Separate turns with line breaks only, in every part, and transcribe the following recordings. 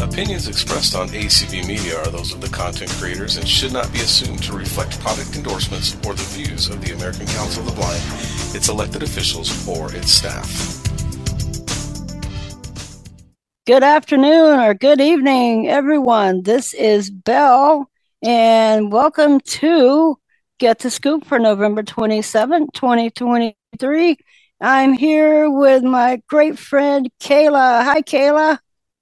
opinions expressed on ACB Media are those of the content creators and should not be assumed to reflect product endorsements or the views of the American Council of the Blind, its elected officials, or its staff.
Good afternoon or good evening, everyone. This is Belle, and welcome to Get the Scoop for November 27, 2023. I'm here with my great friend Kayla. Hi, Kayla.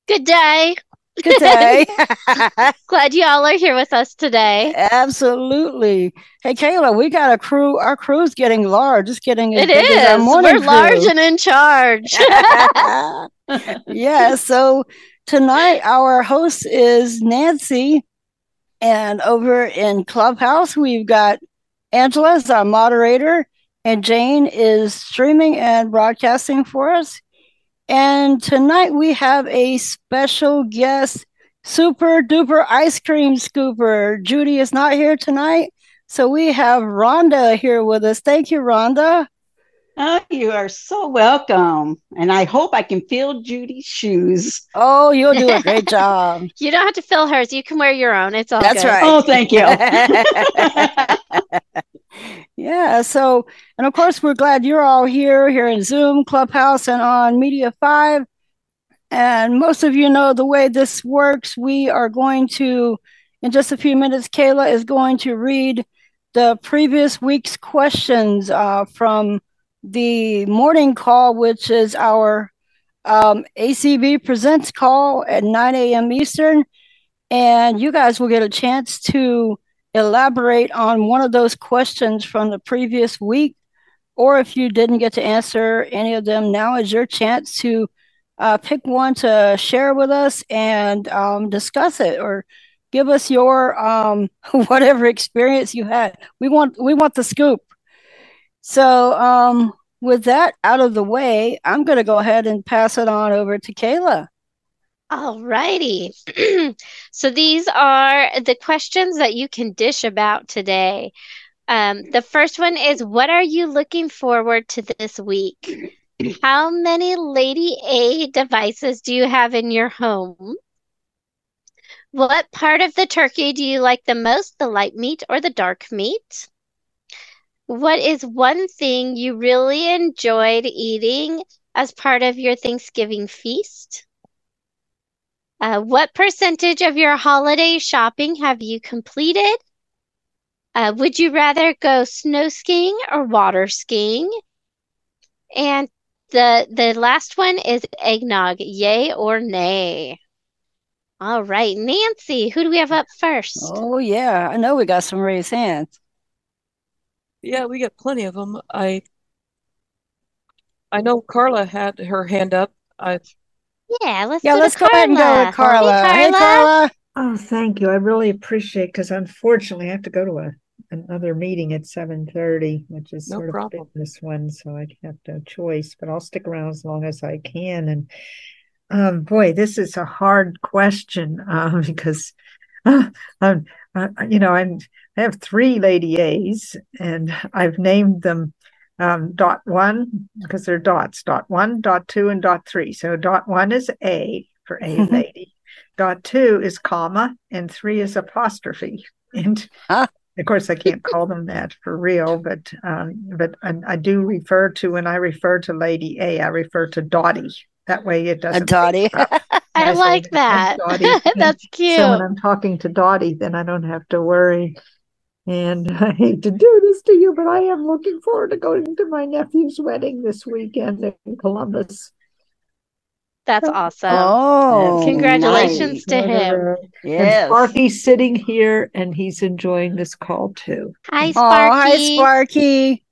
Good day.
Good day.
Glad y'all are here with us today.
Absolutely. Hey, Kayla, we got a crew. Our crew's getting large. It's getting as
It
big as our
is.
morning
We're large
crew.
and in charge.
yeah. So tonight, our host is Nancy. And over in Clubhouse, we've got Angela is our moderator, and Jane is streaming and broadcasting for us. And tonight, we have a special guest, super duper ice cream scooper. Judy is not here tonight. So we have Rhonda here with us. Thank you, Rhonda.
Oh, you are so welcome. And I hope I can fill Judy's shoes.
Oh, you'll do a great job.
you don't have to fill hers. You can wear your own. It's all
That's
good.
right.
Oh, thank you.
Yeah. So, and of course, we're glad you're all here, here in Zoom, Clubhouse, and on Media 5. And most of you know the way this works. We are going to, in just a few minutes, Kayla is going to read the previous week's questions uh, from the morning call, which is our um, ACB Presents call at 9 a.m. Eastern. And you guys will get a chance to elaborate on one of those questions from the previous week, or if you didn't get to answer any of them, now is your chance to uh, pick one to share with us and um, discuss it, or give us your um, whatever experience you had. We want we want the scoop. So um, with that out of the way, I'm going to go ahead and pass it on over to Kayla.
All righty. so these are the questions that you can dish about today. Um, the first one is What are you looking forward to this week? How many Lady A devices do you have in your home? What part of the turkey do you like the most, the light meat or the dark meat? What is one thing you really enjoyed eating as part of your Thanksgiving feast? Uh, what percentage of your holiday shopping have you completed? Uh, would you rather go snow skiing or water skiing? And the the last one is eggnog, yay or nay? All right, Nancy, who do we have up first?
Oh yeah, I know we got some raised hands.
Yeah, we got plenty of them. I I know Carla had her hand up. I
Yeah, let's
Yeah,
go to
let's go ahead and go with Carla.
Hey,
Hey,
Carla.
Carla.
Oh, thank you. I really appreciate because unfortunately I have to go to a another meeting at 7:30, which is
No
sort of
problem.
this one, so I have no choice, but I'll stick around as long as I can. And um, boy, this is a hard question um, because uh, I'm, uh, you know, I'm I have three Lady A's, and I've named them um, dot one because they're dots. Dot one, dot two, and dot three. So dot one is A for A Lady. dot two is comma, and three is apostrophe. And
Ah.
of course, I can't call them that for real, but um, but I, I do refer to when I refer to Lady A, I refer to Dottie. That way, it
A
doesn't.
Dottie.
I
say
like
I'm
that.
Dottie.
That's cute.
So when I'm talking to Dottie, then I don't have to worry. And I hate to do this to you, but I am looking forward to going to my nephew's wedding this weekend in Columbus.
That's awesome.
Oh,
nice.
Congratulations to him.
And
Yes.
Sparky's sitting here and he's enjoying this call too.
Hi,
Oh, hi,
Sparky.
Sparky.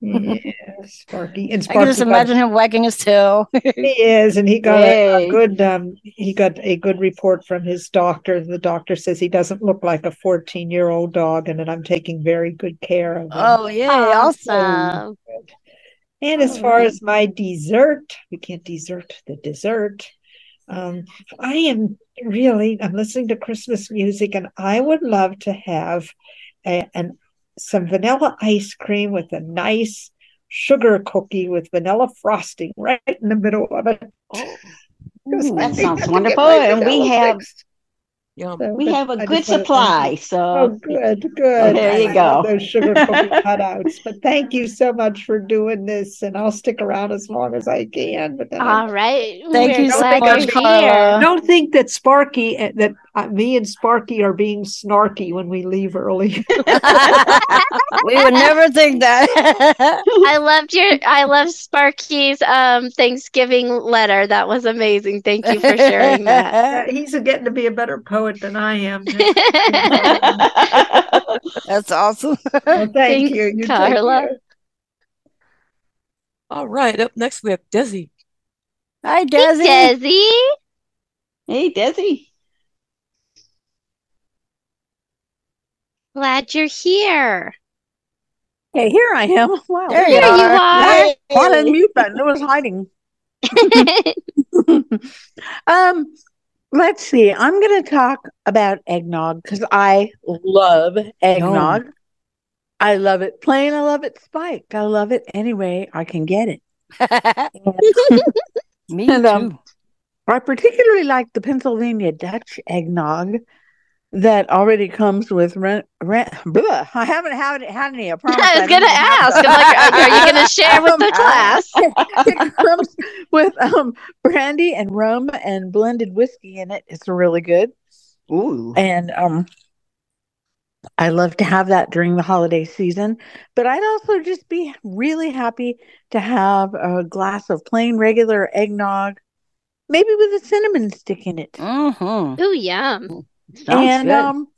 Yeah, Sparky. And
I
Sparky
can just
got-
imagine him wagging his tail.
he is, and he got a-
Yay.
a good um he got a good report from his doctor. The doctor says he doesn't look like a 14 year old dog and that I'm taking very good care of him.
Oh, yeah. Awesome.
Awesome.
And as far as my dessert, we can't dessert the dessert. Um, I am really, I'm listening to Christmas music and I would love to have a, an, some vanilla ice cream with a nice sugar cookie with vanilla frosting right in the middle of it.
'Cause I
Oh. That
think
sounds
I can get
wonderful,
my
and we
Vanilla
have-
fixed.
Yum.
So
We
that-
have a
I
good
just wanted-
supply,
Oh,
so
good, good.
There you
I love
go.
Those sugar cookie cutouts. But thank you so much for doing this, and I'll stick around as long as I can. But then I
All right.
Thank
We're
you so
glad
much,
you're
Carla.
I don't think that Sparky that uh, me and Sparky are being snarky when we leave early.
we would never think that.
I loved your I love Sparky's um Thanksgiving letter. That was amazing. Thank you for sharing that.
Uh, He's getting to be a better poet than I am.
That's awesome.
Well, thank
Thanks,
you. You take
Carla.
care.
All right, up next we have Desi.
Hi, Desi.
Desi.
hey, Desi.
Glad you're here.
Hey, here I am. Wow.
There you
Here you
are.
are.
I had a mute button. It was hiding. um, let's see. I'm going to talk about eggnog because I love eggnog. I love it plain. I love it spiked. I love it any way I can get it.
Me
And, um,
too.
I particularly like the Pennsylvania Dutch eggnog that already comes with rent. rent blah, I haven't had, had any. I, promise
I
didn't
was gonna
have-
ask. I'm like, are, are you gonna share
Um,
with the class?
Um, it comes with um, brandy and rum and blended whiskey in it. It's really good.
Ooh.
And um, I love to have that during the holiday season. But I'd also just be really happy to have a glass of plain regular eggnog, maybe with a cinnamon stick in it.
Mhm.
Ooh, yum.
Sounds
and
good.
um,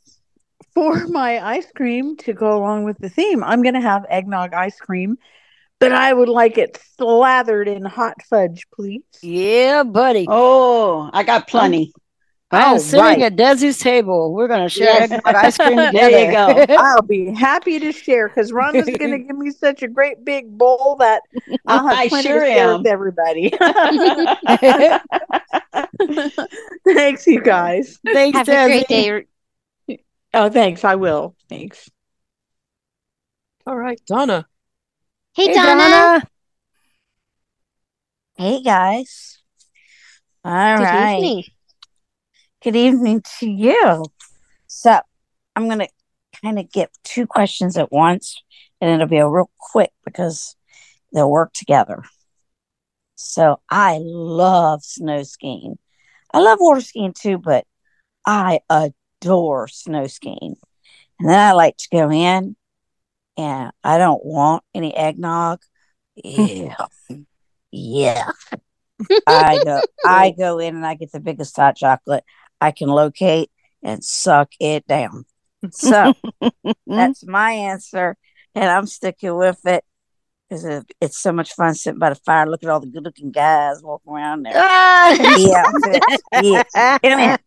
for my ice cream to go along with the theme, I'm going to have eggnog ice cream, but I would like it slathered in hot fudge, please.
Yeah, buddy.
oh, I got plenty.
I'm
Oh,
sitting
right.
at Desi's table. We're going to share
Yes.
eggnog ice cream
There
together.
you go.
I'll be happy to share because Rhonda's going to give me such a great big bowl that I'll have
I
plenty
sure
to share
am.
with everybody.
Thanks,
thanks, you guys.
Thanks,
Have a
Desi.
great day.
Oh, thanks. I will. Thanks.
All right, Donna.
Hey,
Hey,
Donna.
Donna.
Hey guys. All right.
Good evening.
Good evening to you. So, I'm going to kind of get two questions at once and it'll be a real quick because they'll work together. So, I love snow skiing. I love water skiing too, but I adore snow skiing. And then I like to go in and I don't want any eggnog. Yeah. yeah. I go I go in and I get the biggest hot chocolate I can locate and suck it down. So that's my answer, and I'm sticking with it because it, it's so much fun sitting by the fire. Look at all the good looking guys walking around there.
Ah!
yeah, yeah. Come here.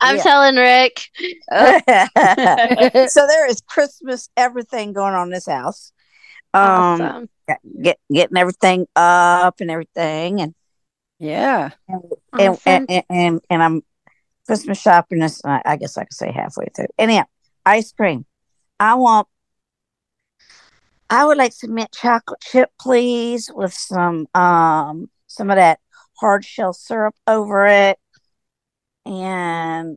I'm
Yeah.
telling Rick.
so there is Christmas everything going on in this house. Um,
Awesome.
get getting everything up and everything, and
yeah.
Uh-huh.
and,
Awesome.
and, and and I'm Christmas shopping this. I, I guess I could say halfway through. Anyhow, ice cream. I want. I would like some mint chocolate chip, please, with some um some of that hard shell syrup over it, and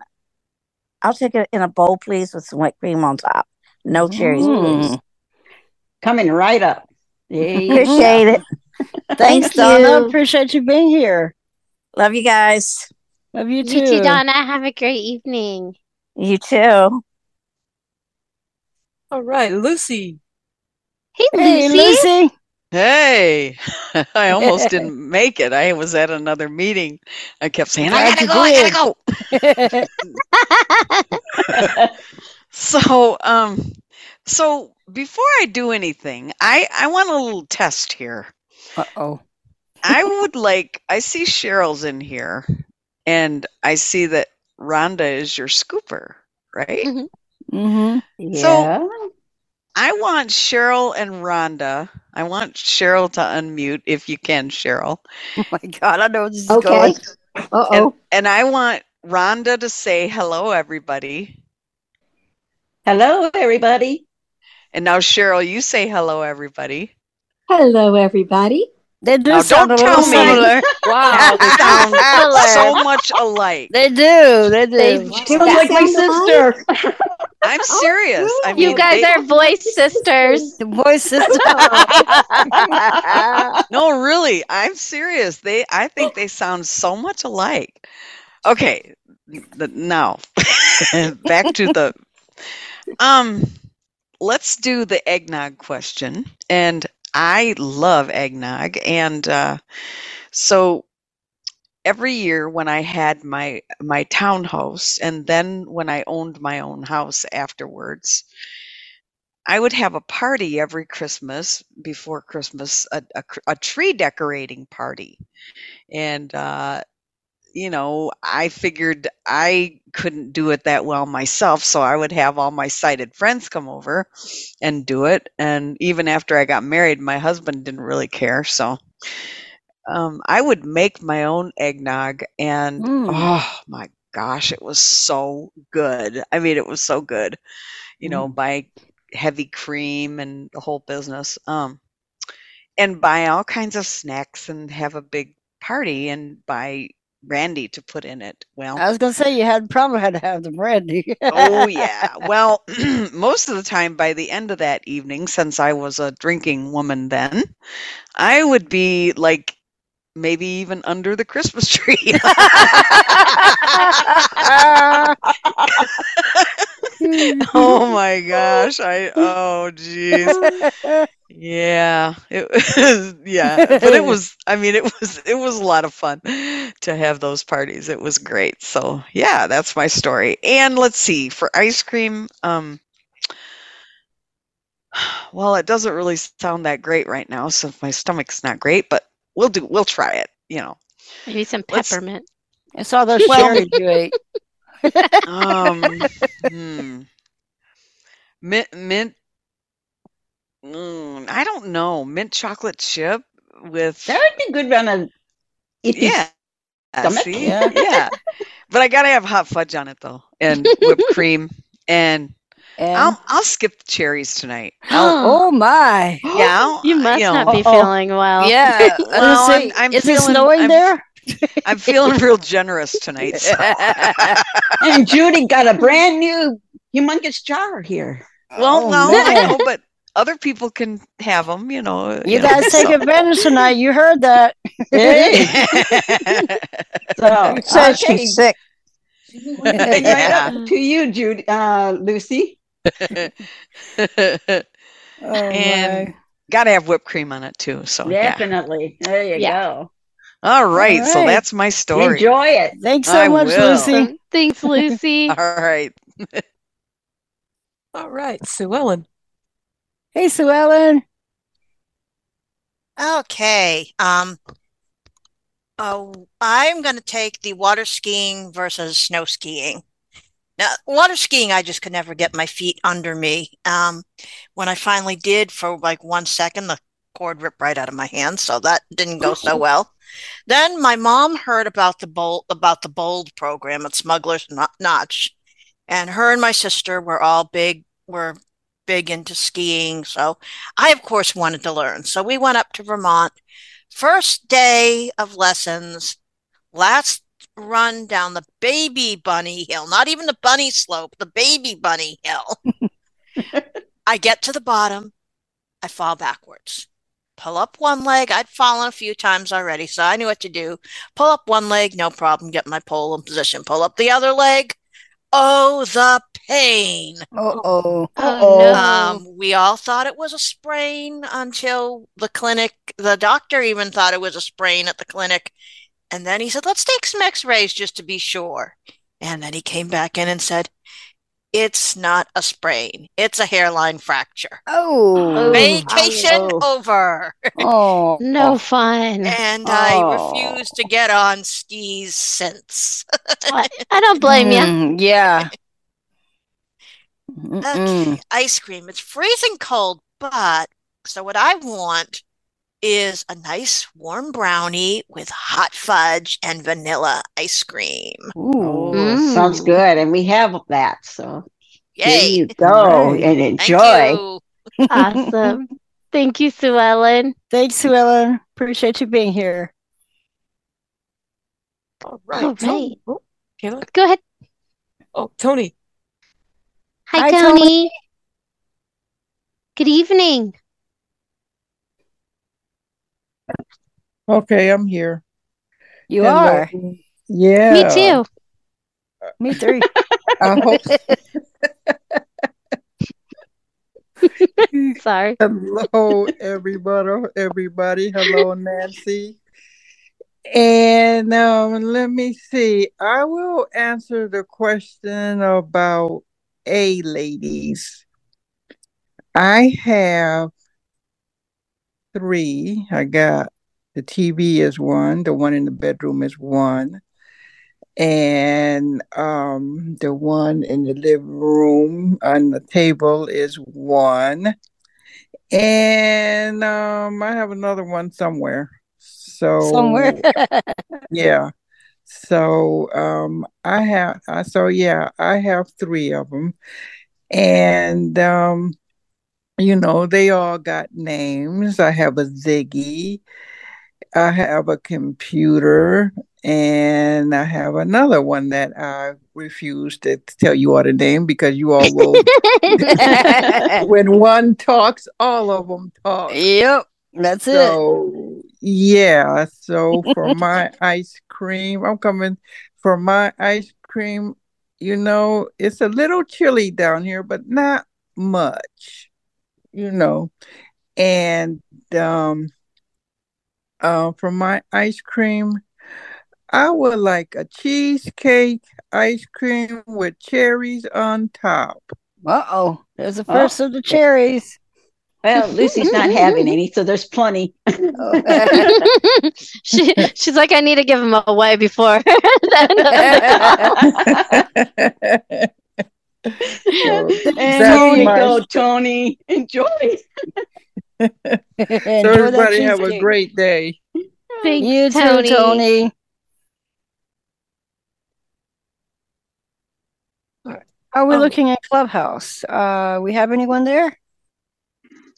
I'll take it in a bowl, please, with some whipped cream on top. No cherries, please.
Mm.
Coming right up. There you go.
Appreciate it.
Thanks,
Thank
Donna.
you.
Appreciate you being here.
Love you guys.
Love you
You
too.
too, Donna. Have a great evening.
You too.
All right, Lucy.
Hey,
Hey,
Lucy.
Lucy.
Hey, I almost didn't make it. I was at another meeting. I kept saying, I
Glad
gotta
you
go, I
did.
gotta go. So, um, so before I do anything, I I want a little test here.
Uh-oh.
I would like, I see Cheryl's in here, and I see that Rhonda is your scooper, right?
Mm-hmm.
So- I want Cheryl and Rhonda. I want Cheryl to unmute if you can, Cheryl.
Oh my God, I know where this is
Okay.
going.
And, and I want Rhonda to say hello, everybody.
hello, everybody.
And now, Cheryl, you say hello, everybody.
Hello, everybody.
They do
Now,
sound
Oh,
don't
a little
tell me.
similar.
Wow,
They sound
Similar.
so much alike.
They do. They do.
They
She was like my sister.
I'm serious. I mean,
You guys
they-
are voice sisters.
The voice sister.
No, really, I'm serious. They, I think they sound so much alike. Okay, the, now back to the. Um, let's do the eggnog question, and I love eggnog, and uh, so every year when I had my my townhouse, and then when I owned my own house afterwards, I would have a party every Christmas before Christmas, a, a, cr- a tree decorating party. And, uh, you know, I figured I couldn't do it that well myself, so I would have all my sighted friends come over and do it. And even after I got married, my husband didn't really care, so um, I would make my own eggnog, and
Mm.
Ah,
oh my gosh, it was so good. I mean, it was so good, you know, by heavy cream and the whole business. Um, and buy all kinds of snacks and have a big party and buy brandy to put in it. Well,
I was gonna say you had probably had to have the brandy.
oh yeah. Well, most of the time by the end of that evening, since I was a drinking woman then, I would be like maybe even under the Christmas tree. oh my gosh. I oh jeez. Yeah. It was, yeah, but it was I mean it was it was a lot of fun to have those parties. It was great. So, yeah, that's my story. And let's see, for ice cream, um well, it doesn't really sound that great right now, so my stomach's not great, but we'll do we'll try it, you know.
Maybe some
Let's-
peppermint.
it's all those
Well-
cherries you ate.
Um, hmm. Mint, mint. Mm, I don't know. Mint chocolate chip with
That would be good on a if you
yeah.
stomach,
See?
yeah.
yeah. But I gotta have hot fudge on it though, and whipped cream, and
And,
I'll I'll skip the cherries tonight. I'll,
oh my!
yeah, I'll,
you must
know,
not be
Uh-oh.
feeling well.
Yeah. I was gonna
Well, I'm-
say,
I'm
is it
feeling-
snowing
I'm-
there?
I'm feeling real generous tonight. so-
and Judy got a brand new humongous jar here.
Well,
Oh,
no,
man.
I know, but other people can have them. You know,
You guys take advantage tonight. You heard that.
Hey,
it.
so
says
okay,
she's sick.
right
Yeah.
up to you, Judy, uh, Lucy.
Oh,
And- gotta have whipped cream on it too. So yeah.
Definitely. There you
Yeah.
go.
All right. So
right.
that's my story.
Enjoy it.
my. Thanks so
I
much,
will.
Lucy.
Awesome. Thanks, Lucy.
All right.
All right, Sue Ellen.
Hey, Sue Ellen.
Okay. Um, oh, I'm going to take the water skiing versus snow skiing. Now, water skiing, I just could never get my feet under me. Um, when I finally did, for like one second, the cord ripped right out of my hand, so that didn't go so well. Then my mom heard about the bold about the bold program at Smuggler's Kno- Notch, and her and my sister were all big were big into skiing, so I of course wanted to learn. So we went up to Vermont. First day of lessons, last run down the baby bunny hill, not even the bunny slope, the baby bunny hill. I get to the bottom, I fall backwards. Pull up one leg. I'd fallen a few times already, so I knew what to do. Pull up one leg, no problem, get my pole in position. Pull up the other leg. Oh, the pain.
Uh oh.
Uh-oh.
no.
Um, we all thought it was a sprain until the clinic, the doctor even thought it was a sprain at the clinic. And then he said, let's take some x-rays just to be sure. And then he came back in and said, it's not a sprain. It's a hairline fracture.
Oh.
Vacation
Oh.
over.
Oh.
no fun.
And I
Oh.
refuse to get on skis since.
I, I don't blame you.
Mm, yeah.
Okay,
Mm-mm.
ice cream. It's freezing cold, but so what I want is a nice warm brownie with hot fudge and vanilla ice cream.
Ooh.
Oh, sounds
Mm.
good. And we have that. So here
Yay.
you go
Right.
and
Thank
enjoy.
you.
Awesome. Thank you, Sue Ellen.
Thanks, Sue Ellen. Appreciate you being here.
All
All
right. Tony.
right.
Oh, Kayla.
Go ahead.
Oh, Tony.
Hi,
Hi,
Tony.
Tony.
Good evening.
Okay, I'm here.
You
Hello.
are.
Yeah. Uh,
Me
Me too.
three.
I hope
Sorry.
hello everybody everybody. Hello Nancy. And um, let me see. I will answer the question about A ladies. I have three. I got the TV is one, the one in the bedroom is one, and um, the one in the living room on the table is one. And um, I have another one somewhere. So
Somewhere.
yeah. So um I have I so yeah, I have 3 of them. And um you know, they all got names. I have a Ziggy, I have a computer, and I have another one that I refuse to tell you all the name because you all will when one talks, all of them talk.
Yep. That's it.
So yeah, so for my ice cream, I'm coming for my ice cream. You know, it's a little chilly down here, but not much, you know. And um uh for my ice cream, I would like a cheesecake ice cream with cherries on top.
Uh oh. There's the first of the cherries.
Well, Lucy's not having any, so there's plenty.
she, she's like, I need to give them away before.
So
And
that's
here you
my
go, Tony. Enjoy.
So
Enjoy that
everybody have a
cheesecake.
great day.
Thanks,
You too,
Tony.
Tony. Are we
Um,
looking at Clubhouse? Uh, we have anyone there?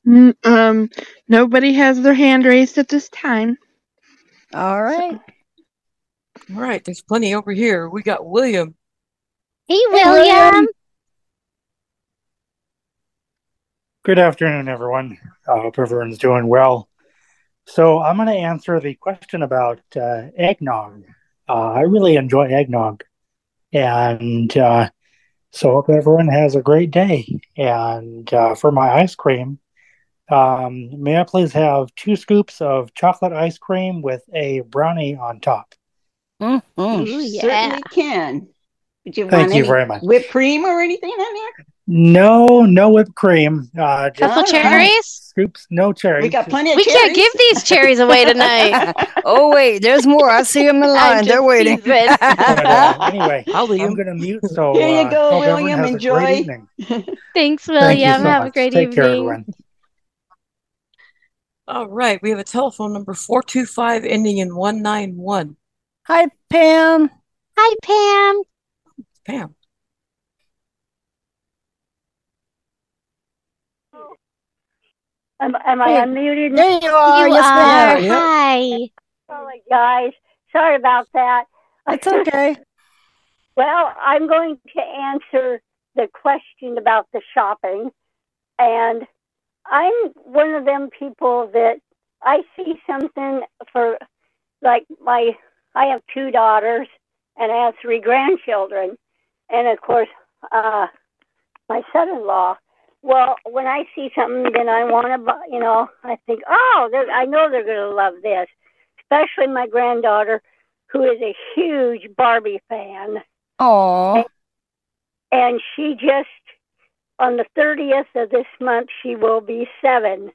N- Um, nobody has their hand raised at this time.
All right.
All right. There's plenty over here. We got William.
Hey,
Oh,
William.
Good afternoon, everyone. I hope everyone's doing well. So, I'm going to answer the question about uh, eggnog. Uh, I really enjoy eggnog. And uh, so, hope everyone has a great day. And uh, for my ice cream, um, may I please have two scoops of chocolate ice cream with a brownie on top?
Mm-hmm.
Ooh,
You
yeah.
certainly can. Would you
Thank
want
you
any
very much.
whipped cream or anything on there?
No, no whipped cream. Uh, just
Couple
All right.
cherries.
scoops, no
We
cherries.
got
just-
plenty of
We can't give
cherries.
these cherries away tonight.
Oh wait, there's more. I see them in
I'm
line. They're
just
waiting.
teasing.
But uh, anyway,
Hi,
I'm
William.
going to mute. So
Here you
uh,
go,
hope everyone
William.
has a
Enjoy.
great evening.
Thanks,
Thank you
William.
so
Have a
much.
great
Take care,
evening.
everyone.
All right. We have a telephone number 425 ending in 191.
Hi, Pam.
Hi, Pam.
Pam.
Am, am I
Hey,
unmuted? now?
there you are.
You
Yes,
are.
ma'am.
Yep.
Hi.
Oh my gosh, sorry about that.
It's okay.
well, I'm going to answer the question about the shopping, and I'm one of them people that I see something for, like my I have two daughters and I have three grandchildren, and of course, uh, my son-in-law. Well, when I see something, then I want to buy. You know, I think, oh, they're- I know they're going to love this, especially my granddaughter, who is a huge Barbie fan,
Oh,
and she just on the thirtieth of this month she will be seven,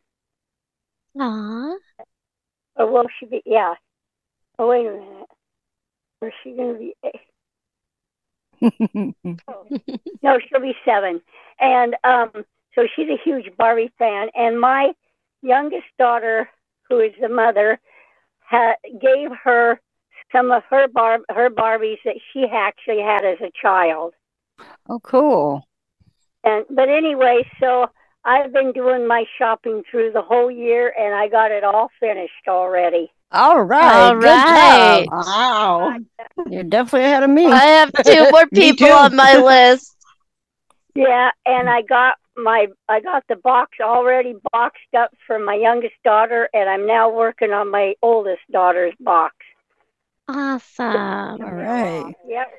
Aw.
or will she be? Yeah. Oh wait a minute, or is she going to be? Eight? No, she'll be seven. And um, so she's a huge Barbie fan. And my youngest daughter, who is the mother, ha- gave her some of her bar- her Barbies that she actually had as a child.
oh, cool.
And but anyway, so I've been doing my shopping through the whole year and I got it all finished already.
All right.
All
good job.
right.
Wow. You're definitely ahead of me.
I have two more people on my list.
Yeah, and I got my I got the box already boxed up for my youngest daughter and I'm now working on my oldest daughter's box.
Awesome. All
right.
Yep.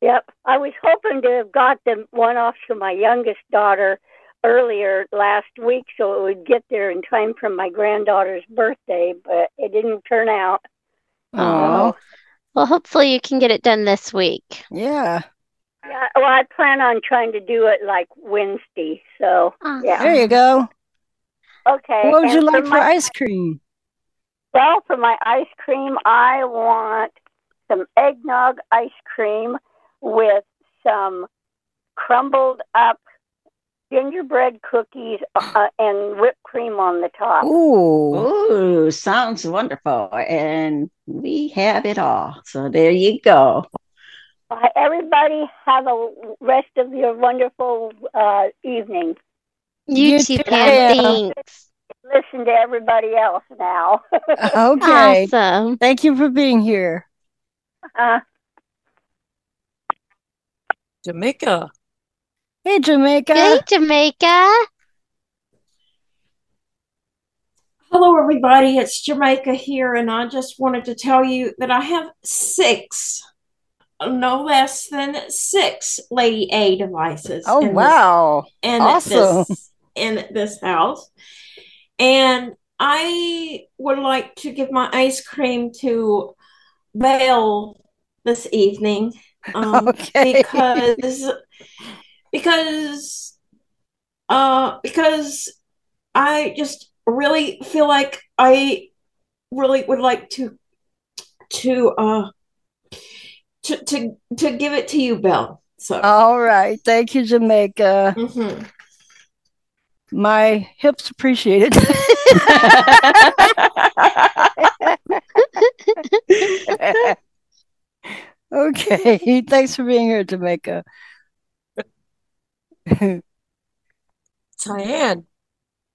Yep. I was hoping to have got the one off to my youngest daughter earlier last week so it would get there in time for my granddaughter's birthday, but it didn't turn out.
Oh. Well, hopefully you can get it done this week.
Yeah.
Yeah, well, I plan on trying to do it like Wednesday. So, yeah.
There you go.
Okay.
What would you
and
like for
my-
ice cream?
Well, for my ice cream, I want some eggnog ice cream with some crumbled up gingerbread cookies uh, and whipped cream on the top.
Ooh. Ooh, sounds wonderful. And we have it all. So there you go.
Uh, Everybody have a rest of your wonderful uh, evening.
You too, Pam. Thanks.
Listen to everybody else now.
Okay. Thank you for being here.
Uh,
Jamaica.
Hey, Jamaica.
Hey, Jamaica.
Hello, everybody. It's Jamaica here, and I just wanted to tell you that I have six, no less than six Lady A devices.
Oh,
in this-
wow.
in
Awesome.
this in this house, and I would like to give my ice cream to Belle this evening, um, because because uh because I just really feel like I really would like to to uh to to, to give it to you, Belle. So
All right. Thank you, Jamaica. My hips appreciate it. okay. Thanks for being here, Jamaica. hey,
Tyann.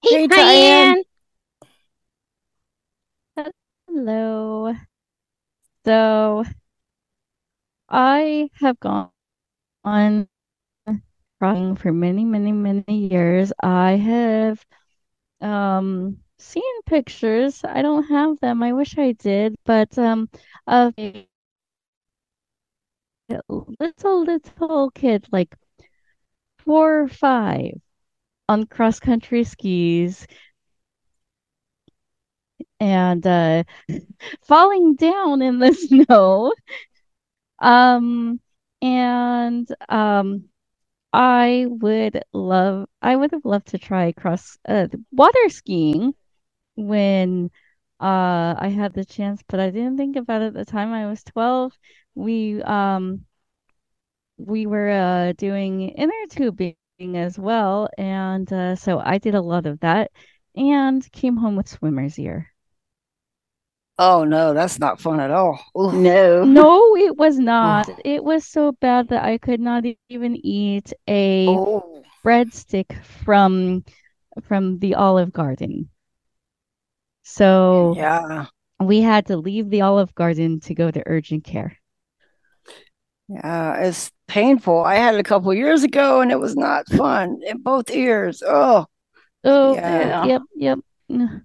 Diane.
Hello. So I have gone on trying for many, many, many years. I have um seen pictures. I don't have them. I wish I did, but um of a little little kid like four or five on cross country skis and uh falling down in the snow um and um I would love I would have loved to try cross uh water skiing when uh I had the chance but I didn't think about it at the time I was 12 we um we were uh, doing inner tubing as well, and uh, so I did a lot of that and came home with swimmer's ear.
Oh, no, that's not fun at all. Oof.
No, it was not. It was so bad that I could not e- even eat a breadstick from from the Olive Garden. So
Yeah.
we had to leave the Olive Garden to go to urgent care.
Yeah, it's painful. I had it a couple years ago and it was not fun in both ears. Oh,
Oh,
Yeah.
yep, yep. Mm.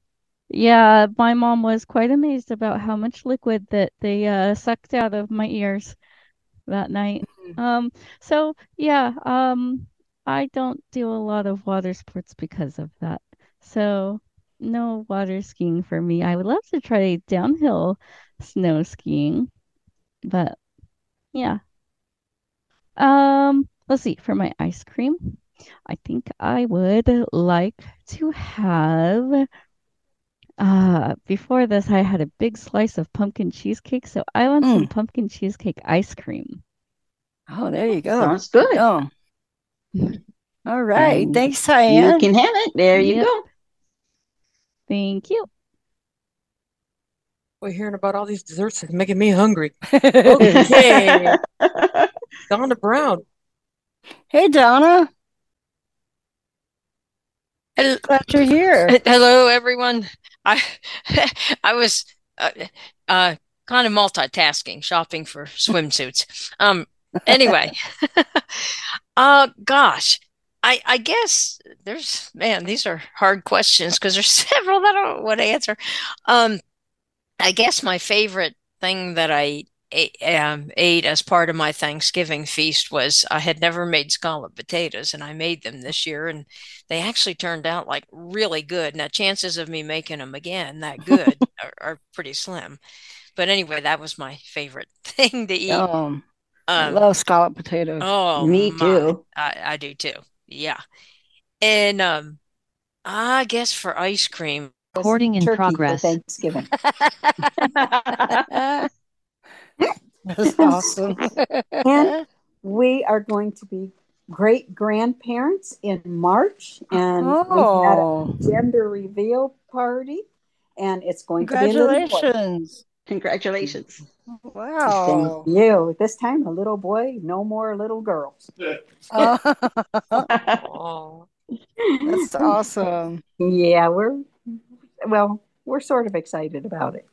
Yeah, my mom was quite amazed about how much liquid that they uh, sucked out of my ears that night. Um, so yeah, um, I don't do a lot of water sports because of that. So no water skiing for me. I would love to try downhill snow skiing, but yeah. Um, let's see, for my ice cream, I think I would like to have uh before this I had a big slice of pumpkin cheesecake, so I want
Mm.
some pumpkin cheesecake ice cream.
oh, there you go.
Sounds
good. Oh. All right.
And
Thanks,
you
Tyann.
can have it. There you
Yep.
go. Thank you.
Boy, hearing about all these desserts is making me hungry. Okay. Donna Brown.
Hey, Donna.
Hel-
Glad you're here.
Hello, everyone. I I was uh, uh, kind of multitasking, shopping for swimsuits. Um, anyway, uh, gosh, I I guess there's man, these are hard questions because there's several that I don't want to answer. Um, I guess my favorite thing that I ate, um, ate as part of my Thanksgiving feast was I had never made scalloped potatoes, and I made them this year, and they actually turned out like really good. Now, chances of me making them again that good are, are pretty slim. But anyway, that was my favorite thing to eat.
Um, I
Um,
love scalloped potatoes.
Oh, my. I, I do too. Yeah. And um, I guess for ice cream,
Recording in progress.
Thanksgiving.
That's awesome.
and we are going to be great grandparents in March, and
Oh.
we had a gender reveal party, and it's going to be a little boy.
Congratulations.
Congratulations.
Wow. Oh.
Thank you. This time, a little boy, no more little girls.
Oh,
that's awesome.
Yeah, we're well, we're sort of excited about it.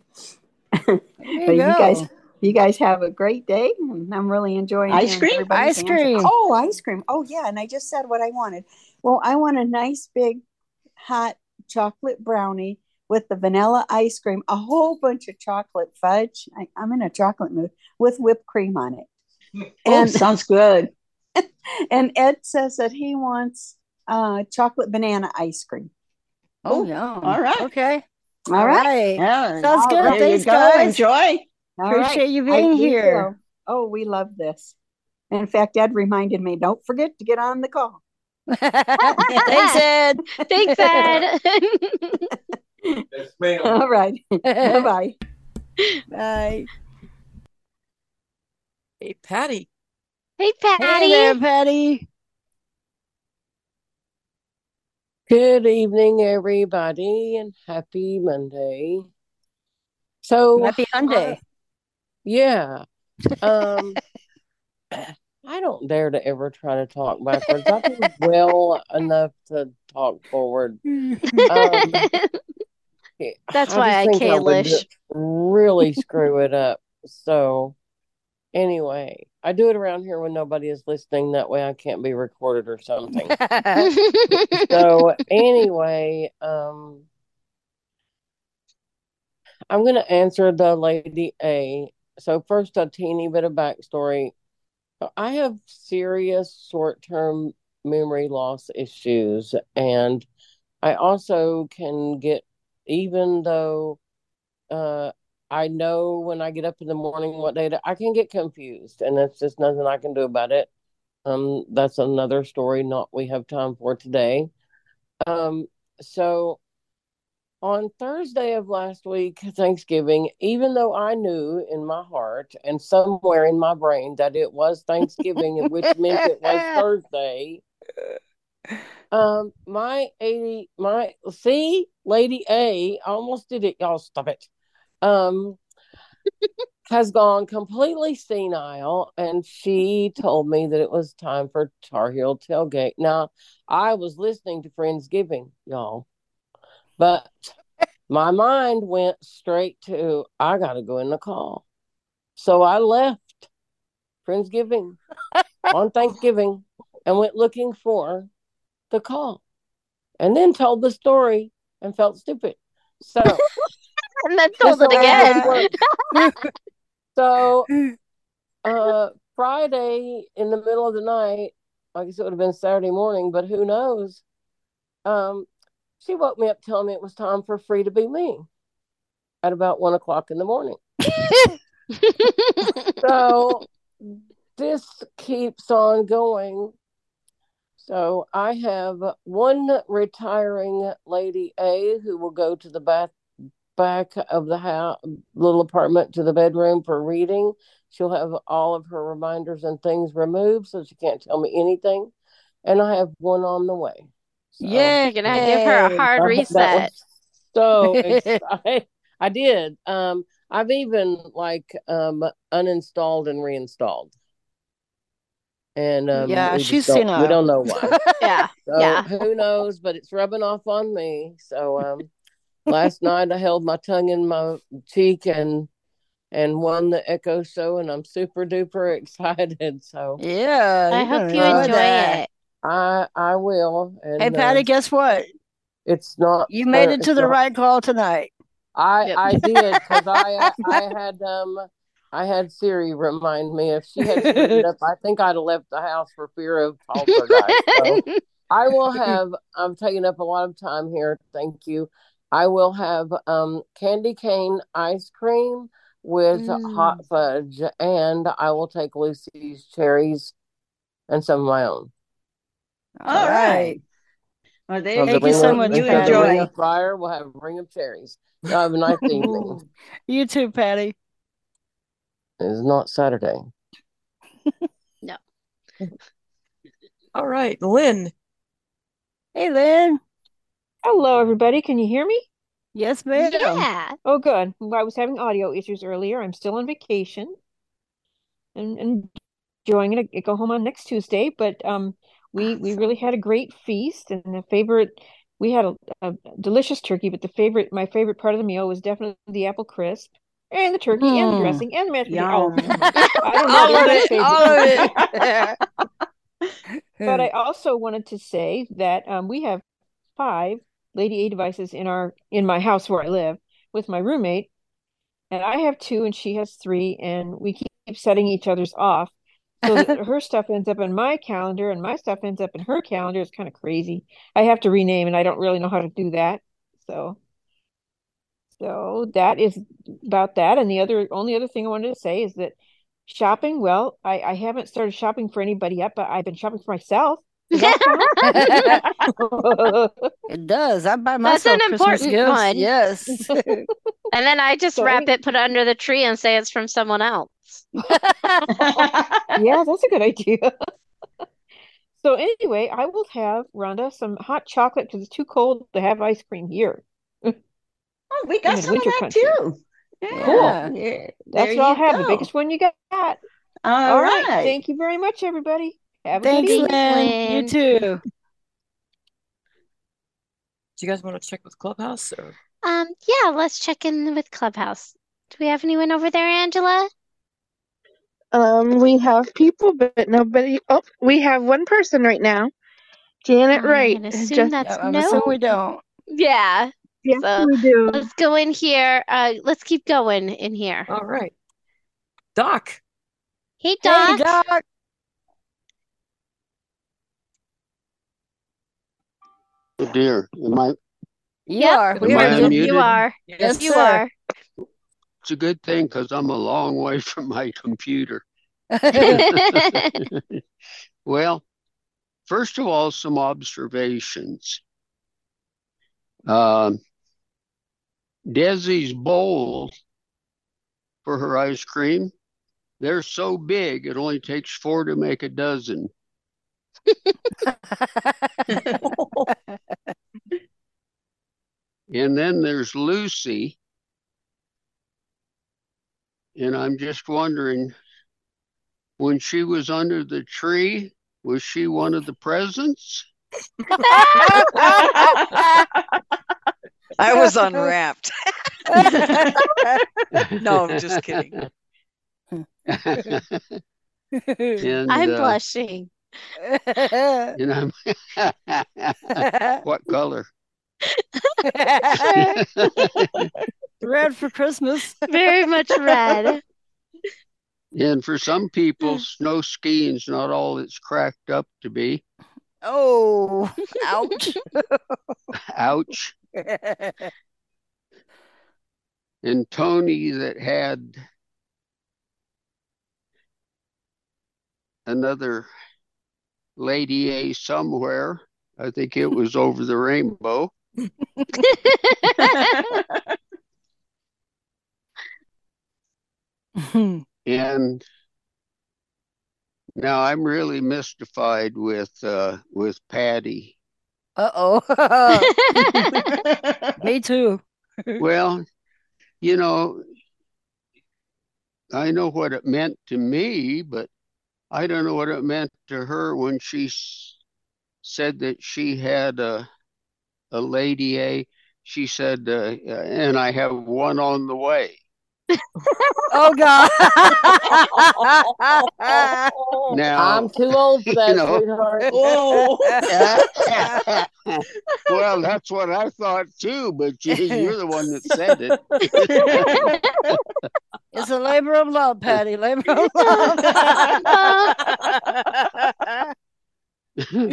There you
But you guys,
go.
you guys have a great day. and I'm really enjoying
Ice
hearing
cream?
everybody's
Ice
answers.
cream.
Oh, ice cream. Oh, yeah. And I just said what I wanted. Well, I want a nice big hot chocolate brownie with the vanilla ice cream, a whole bunch of chocolate fudge. I, I'm in a chocolate mood with whipped cream on it.
Oh,
And-
sounds good.
And Ed says that he wants uh, chocolate banana ice cream.
Oh, yeah.
all right.
Okay.
All
All
right.
right.
Yeah.
Sounds
All
good.
right.
Thanks, guys.
All right.
Appreciate you
I
being
do.
here.
Oh, we love this. In fact, Ed reminded me, don't forget to get on the call.
Thanks, Ed.
Thanks, Ed.
yes, ma'am. All right. Bye-bye.
Bye.
Hey, Patty.
Hey,
Hey there, Patty.
Good evening, everybody, and happy Monday. So,
Happy Monday.
I- yeah. Um, I don't dare to ever try to talk backwards. I do well enough to talk forward. Um,
That's
I
why I
just think I would
Kalish.
really screw it up. So, anyway, I do it around here when nobody is listening. That way I can't be recorded or something. So, anyway, um, I'm going to answer the lady A. So, first, a teeny bit of backstory. So I have serious short term memory loss issues, and I also can get, even though uh, I know when I get up in the morning what day to, I can get confused, and that's just nothing I can do about it. Um, that's another story, not we have time for today. Um, so on Thursday of last week, Thanksgiving, even though I knew in my heart and somewhere in my brain that it was Thanksgiving, which meant it was Thursday, um, my 80, my, see, Lady A, I almost did it, y'all, stop it, um, has gone completely senile, and she told me that it was time for Tar Heel Tailgate. Now, I was listening to Friendsgiving, y'all, but my mind went straight to I gotta go in the call. So I left Friendsgiving on Thanksgiving and went looking for the call and then told the story and felt stupid. So
and then
told
it again.
so uh Friday in the middle of the night, I guess it would have been Saturday morning, but who knows? Um, she woke me up telling me it was time for free to be me at about one o'clock in the morning. so this keeps on going. So I have one retiring lady A who will go to the bath back of the house, little apartment to the bedroom for reading. She'll have all of her reminders and things removed, so she can't tell me anything. And I have one on the way.
Oh.
Yeah, you're gonna give her a hard
I- That
reset.
was so exciting. I did. Um, I've even like um uninstalled and reinstalled. and um,
Yeah,
we just
she's
don't-
senile.
We don't know why.
yeah,
So
yeah.
who knows? But it's rubbing off on me. So um, last night I held my tongue in my cheek and and won the Echo Show, and I'm super duper excited. So
yeah,
I hope you enjoy it.
I I will. And,
Hey, Patty,
um,
guess what?
It's not.
You made
uh,
it to
it's
the
not-
right call tonight.
I I did because I I had um I had Siri remind me if she had screwed it up, I think I'd have left the house for fear of poltergeist. So I will have. I'm taking up a lot of time here. Thank you. I will have um candy cane ice cream with hot
Mm.
fudge, and I will take Lucy's cherries and some of my own.
All
uh,
right. Well, there
So the
you
ring
go.
of-
You
instead of the ring
enjoy.
of fire, we'll have a ring of cherries. Y'all have a nice evening.
You too, Patty.
It's not Saturday.
All right, Lynn.
Hey, Lynn.
Hello, everybody. Can you hear me?
Yes, ma'am.
Yeah. Oh, good. I was having audio issues earlier. I'm still on vacation and, and enjoying it. I go home on next Tuesday, but um, we we really had a great feast and the favorite. We had a, a delicious turkey, but the favorite, my favorite part of the meal was definitely the apple crisp and the turkey and the
Hmm.
dressing and the mashed potato. Oh, I don't know.
All
they're my
of it,
favorite.
all of it.
But I also wanted to say that um, we have five Lady A devices in our in my house where I live with my roommate, and I have two and she has three, and we keep setting each other's off so that her stuff ends up in my calendar and my stuff ends up in her calendar. It's kind of crazy. I have to rename, and I don't really know how to do that. So, so that is about that. And the other only other thing I wanted to say is that shopping. Well, I I haven't started shopping for anybody yet, but I've been shopping for myself. Does that count?
It does. I buy
That's
myself
an
Christmas
important
gifts.
one.
Yes.
And then I just
So
wrap
any-
it, put it under the tree, and say it's from someone else.
Yeah, that's a good idea. So anyway, I will have Rhonda some hot chocolate because it's too cold to have ice cream here.
Oh, we
I'm
got
in
some of
winter
that
country.
too.
Cool.
Yeah, yeah. There
That's what I'll
you
have. The
go.
biggest one you got.
All
All right.
right.
Thank you very much, everybody. Have a good
Thanks,
evening.
Lynn. You too.
Do you guys want to check with Clubhouse or?
Um, yeah, let's check in with Clubhouse. Do we have anyone over there, Angela?
Um, we have people, but nobody. Oh, we have one person right now. Janet
I'm
Wright.
gonna
has
assume
just-
that's Yeah, I'm assuming no. we
don't.
Yeah.
Yes,
So
we do.
let's go in here. Uh, let's keep going in here.
All right. Doc.
Hey,
Hey,
Doc.
Doc.
Oh dear, am I?
You
Yep,
are. We
Am
heard
I
you.
You
unmuted?
are.
Yes,
You
sir.
are.
It's a good thing because I'm a long way from my computer. Well, first of all, some observations. Um, Desi's bowl for her ice cream, they're so big it only takes four to make a dozen. And then there's Lucy. And I'm just wondering, when she was under the tree, was she one of the presents?
I was unwrapped. no, just kidding.
And
I'm
uh,
blushing.
and I'm what color?
Red for Christmas.
Very much red.
And for some
Mm.
people, snow skiing's not all it's cracked up to be.
Oh, ouch.
Ouch. And Tony that had another Lady A somewhere. I think it was over the rainbow. And now I'm really mystified with uh, with Patty.
Uh-oh. Me too.
Well, you know, I know what it meant to me, but I don't know what it meant to her when she s- said that she had a a lady A. She said, uh, and I have one on the way.
Oh God.
Now
I'm too old for that,
you know.
sweetheart. Whoa.
well, that's what I thought too, but you, you're the one that said it.
It's a labor of love, Patty. Labor of love.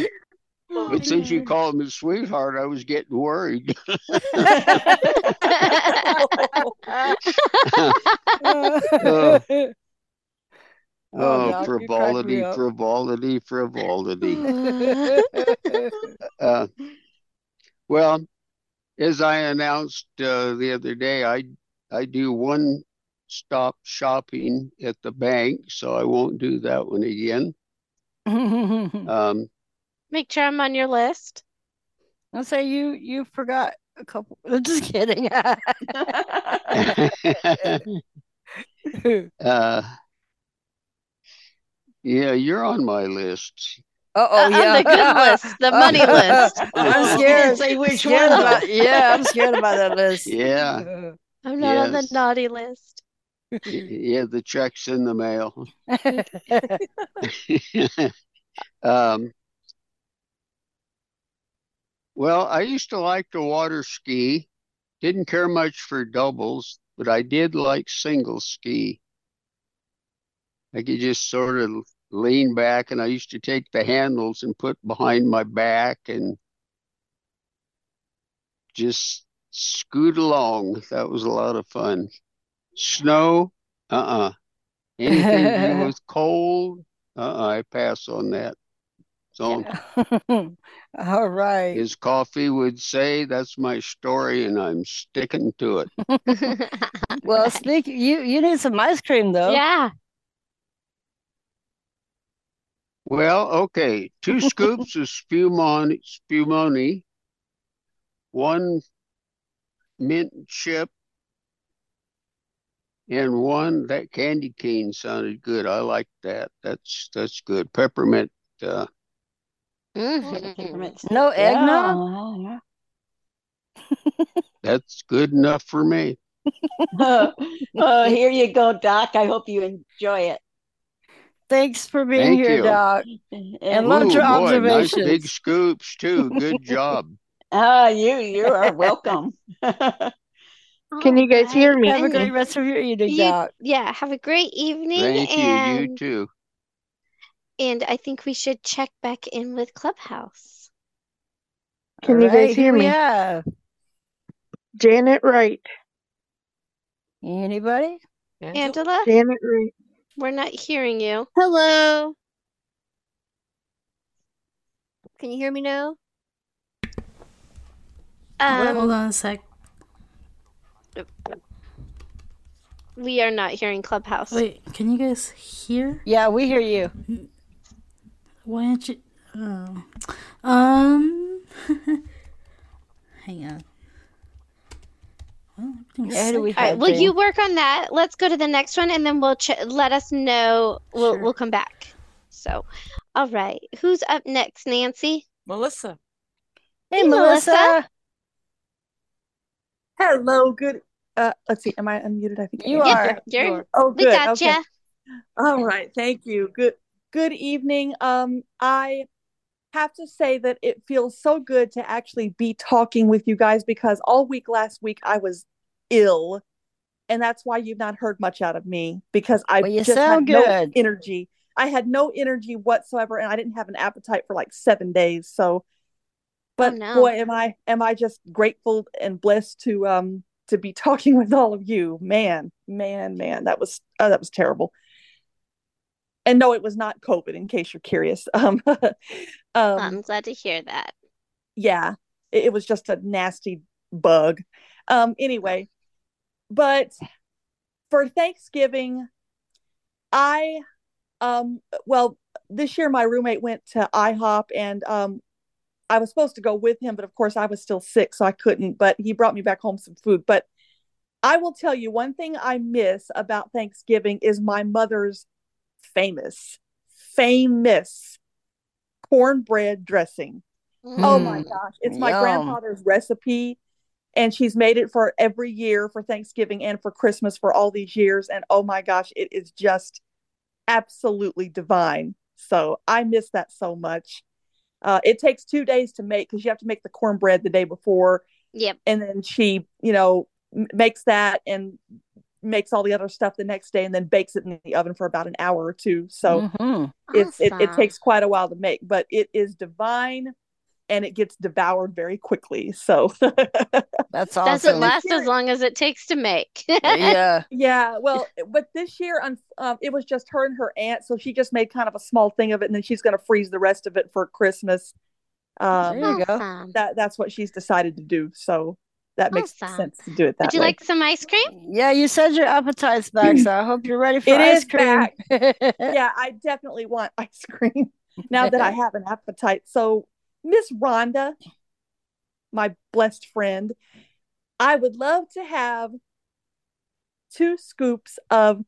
but since you called me sweetheart, I was getting worried. oh,
Oh,
oh,
Doc, you crack me
frivolity,
up.
frivolity, frivolity. Uh, well, as I announced uh, the other day, I I do one stop shopping at the bank, so I won't do that one again. Um,
Make sure I'm on your list.
I'll say you you forgot a couple. I'm just kidding.
uh, yeah, you're on my list.
Uh-oh,
on
yeah.
the good list, the money list.
I'm
You didn't
scared.
say which
Scared
one, though.
about- yeah, I'm scared about that list.
Yeah.
I'm not on the
Yes.
naughty list.
Y- Yeah, the check's in the mail. Um, well, I used to like to water ski. Didn't care much for doubles, but I did like single ski. I could just sort of lean back, and I used to take the handles and put behind my back and just scoot along. That was a lot of fun. Snow, uh-uh. Anything to do with cold, uh-uh, I pass on that. So
All right.
As Coffee would say, that's my story and I'm sticking to it.
Well, speak. You you need some ice cream though.
Yeah.
Well, okay, two scoops of spumoni, spumoni, one mint chip, and one that candy cane sounded good. I like that. That's that's good. Peppermint. Uh,
No eggnog.
Mm-hmm.
Oh,
Yeah,
that's good enough for me.
yeah. oh, here you go, Doc. I hope you enjoy it.
Thanks for being
Thank
here,
you.
Doc. And loved
Ooh,
your
boy, nice big
observations.
scoops too. Good job.
Ah, you you are welcome.
Can you guys hear me?
Have a great rest of your evening,
You-
Doc.
yeah, have a great evening
Thank you. You
and
too.
and I think we should check back in with Clubhouse.
Can you guys
Right,
hear
who we
me?
have?
Janet Wright.
Anybody?
Angela,
Janet Wright.
we're not hearing you.
Hello. Can you hear me now? Hold-
Um,
hold on a sec.
we are not hearing Clubhouse.
Wait, can you guys hear?
Yeah, we hear you.
Why aren't you? Oh. Um. hang on. Oh, Well, everything's
How do we
synced.
All right,
have
will you
Jane?
work on that? Let's go to the next one and then we'll ch let us know. We'll we'll come back. So, all right. Who's up next, Nancy?
Melissa.
Hey, Melissa.
Hello, good. Uh, let's see. Am I unmuted? I think I
You
am.
are.
You're,
Oh,
we
good.
gotcha.
Okay. All right. Thank you. Good. Good evening. Um, I have to say that it feels so good to actually be talking with you guys because all week last week I was ill, and that's why you've not heard much out of me because I
Well, you
just had
sound
no
good.
energy. I had no energy whatsoever, and I didn't have an appetite for like seven days. So, but
no.
boy am i am i just grateful and blessed to um to be talking with all of you man man man that was oh, that was terrible and no it was not covid in case you're curious um
I'm
um
glad to hear that.
yeah it, it was just a nasty bug um anyway but for thanksgiving i um well this year my roommate went to ihop and um I was supposed to go with him, but of course I was still sick, so I couldn't. But he brought me back home some food. But I will tell you one thing I miss about Thanksgiving is my mother's famous, famous cornbread dressing. Oh my
Mm.
gosh. It's my
Yum.
grandfather's recipe. And she's made it for every year for Thanksgiving and for Christmas for all these years. And oh my gosh, it is just absolutely divine. So I miss that so much. Uh, it takes two days to make because you have to make the cornbread the day before.
Yep.
And then she, you know, m- makes that and makes all the other stuff the next day and then bakes it in the oven for about an hour or two. So
Mhm.
it's, it, it
Awesome.
takes quite a while to make, but it is divine and it gets devoured very quickly. So
that's
Doesn't last as long as it takes to make.
yeah. Well, but this year, un- um, it was just her and her aunt, so she just made kind of a small thing of it, and then she's going to freeze the rest of it for Christmas. Um,
There you go. Awesome.
That that's what she's decided to do. So that makes
Awesome.
sense to do it that
Would you
way.
like some ice cream?
Yeah, you said your appetite's back, so I hope you're ready for
It
ice
is
cream.
back. yeah, I definitely want ice cream now that I have an appetite. So, Miss Rhonda, my blessed friend, I would love to have two scoops of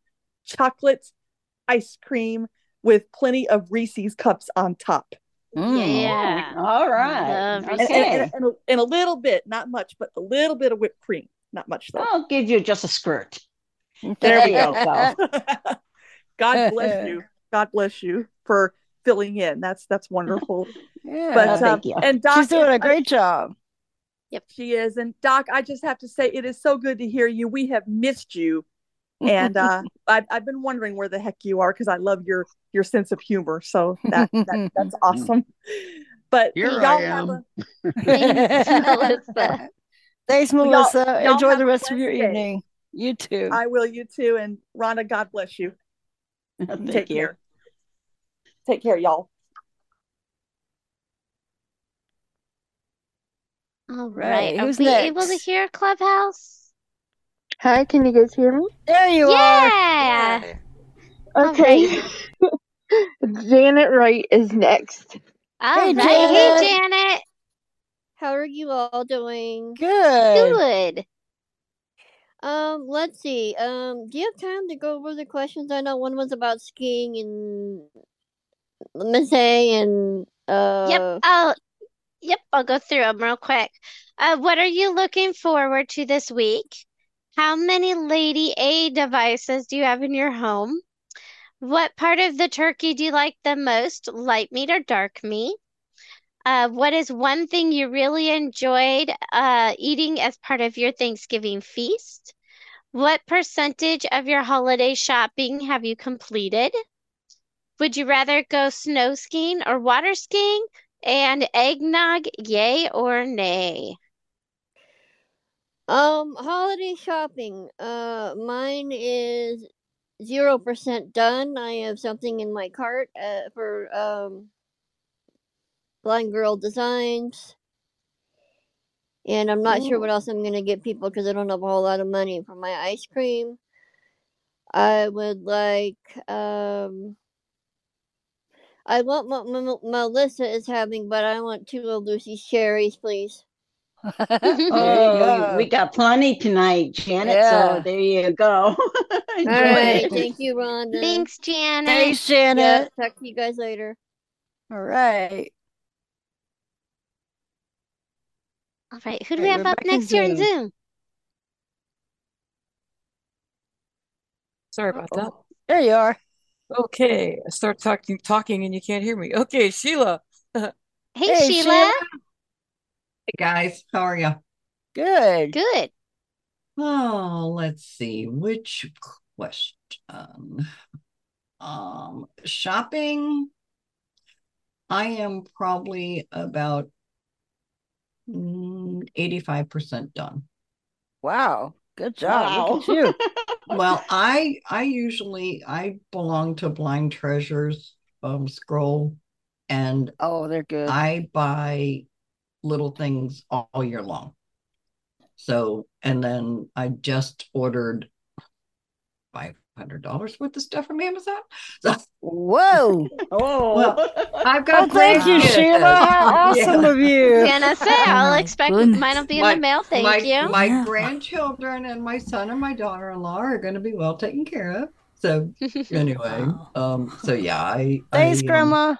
chocolate ice cream with plenty of Reese's cups on top.
Yeah. Mm. All right.
And- And,
Okay.
and- and a, and a little bit, not much, but a little bit of whipped cream. Not much though.
I'll give you just a squirt.
There we go. God bless you. God bless you for filling in. That's that's wonderful.
Yeah,
but um,
Oh, thank you.
and Doc,
She's doing
if
a
I-
great job.
Yep, she is. And Doc, I just have to say, it is so good to hear you. We have missed you, and uh, I've I've been wondering where the heck you are because I love your your sense of humor. So that, that that's awesome. But
Here
y'all
I
have a
Melissa. Thanks,
Well, y'all-
Melissa.
y'all
Enjoy
have
the
a
rest of your
blessed day.
evening. You too.
I will. You too. And Rhonda, God bless you.
Thank
Take
you.
care. Take care, y'all.
All
Right,
right. Are
who's
we able to
next?
hear Clubhouse?
Hi, can you guys hear me?
There you
yeah. All
Okay. Janet Wright is next.
All
Hey,
right. Hey,
Janet.
Janet.
How are you all doing?
Good.
Good.
Um, let's see. Um, do you have time to go over the questions? I know one was about skiing and Miss A and uh
Yep. I'll, yep. I'll go through them real quick. Uh, what are you looking forward to this week? How many Lady A devices do you have in your home? What part of the turkey do you like the most, light meat or dark meat? Uh, what is one thing you really enjoyed uh, eating as part of your Thanksgiving feast? What percentage of your holiday shopping have you completed? Would you rather go snow skiing or water skiing? And eggnog, yay or nay?
Um, holiday shopping. Uh, mine is zero percent done. I have something in my cart uh, for um Blind Girl Designs, and I'm not sure what else I'm gonna get people because I don't have a whole lot of money for my ice cream. I would like um. I want what M- M- Melissa is having, but I want two of Lucy's cherries, please.
Oh, we got plenty tonight, Janet.
Yeah.
So there you go. Enjoy
All right.
it.
Thank you, Rhonda.
Thanks, Janet.
Thanks,
Yeah,
Janet.
talk to you guys later.
All right.
All right, who do
All
we
right,
have
we're
up
back in
next here in
Zoom.
Zoom?
Sorry about that.
Oh, There you are.
Okay, I start talking, talking, and you can't hear me. Okay, Sheila. hey,
Hey, Sheila.
Hey guys, how are you?
Good.
Good.
Oh, let's see which question. Um, shopping. I am probably about mm, eighty-five percent done.
Wow. Good job. Look at you.
Well, I I usually I belong to Blind Treasures um scroll and
oh they're good.
I buy little things all, all year long. So and then I just ordered five hundred dollars worth of stuff from Amazon.
Whoa.
Oh well, I've got
Oh, thank you,
plans to get
Sheila.
this.
How awesome
Yeah.
of you. Oh,
Gonna say, I'll expect mine will be in the
My-
mail. Thank
my,
you.
My grandchildren and my son and my daughter in law are going to be well taken care of. So anyway, um, so yeah, I
Thanks,
I, um,
Grandma.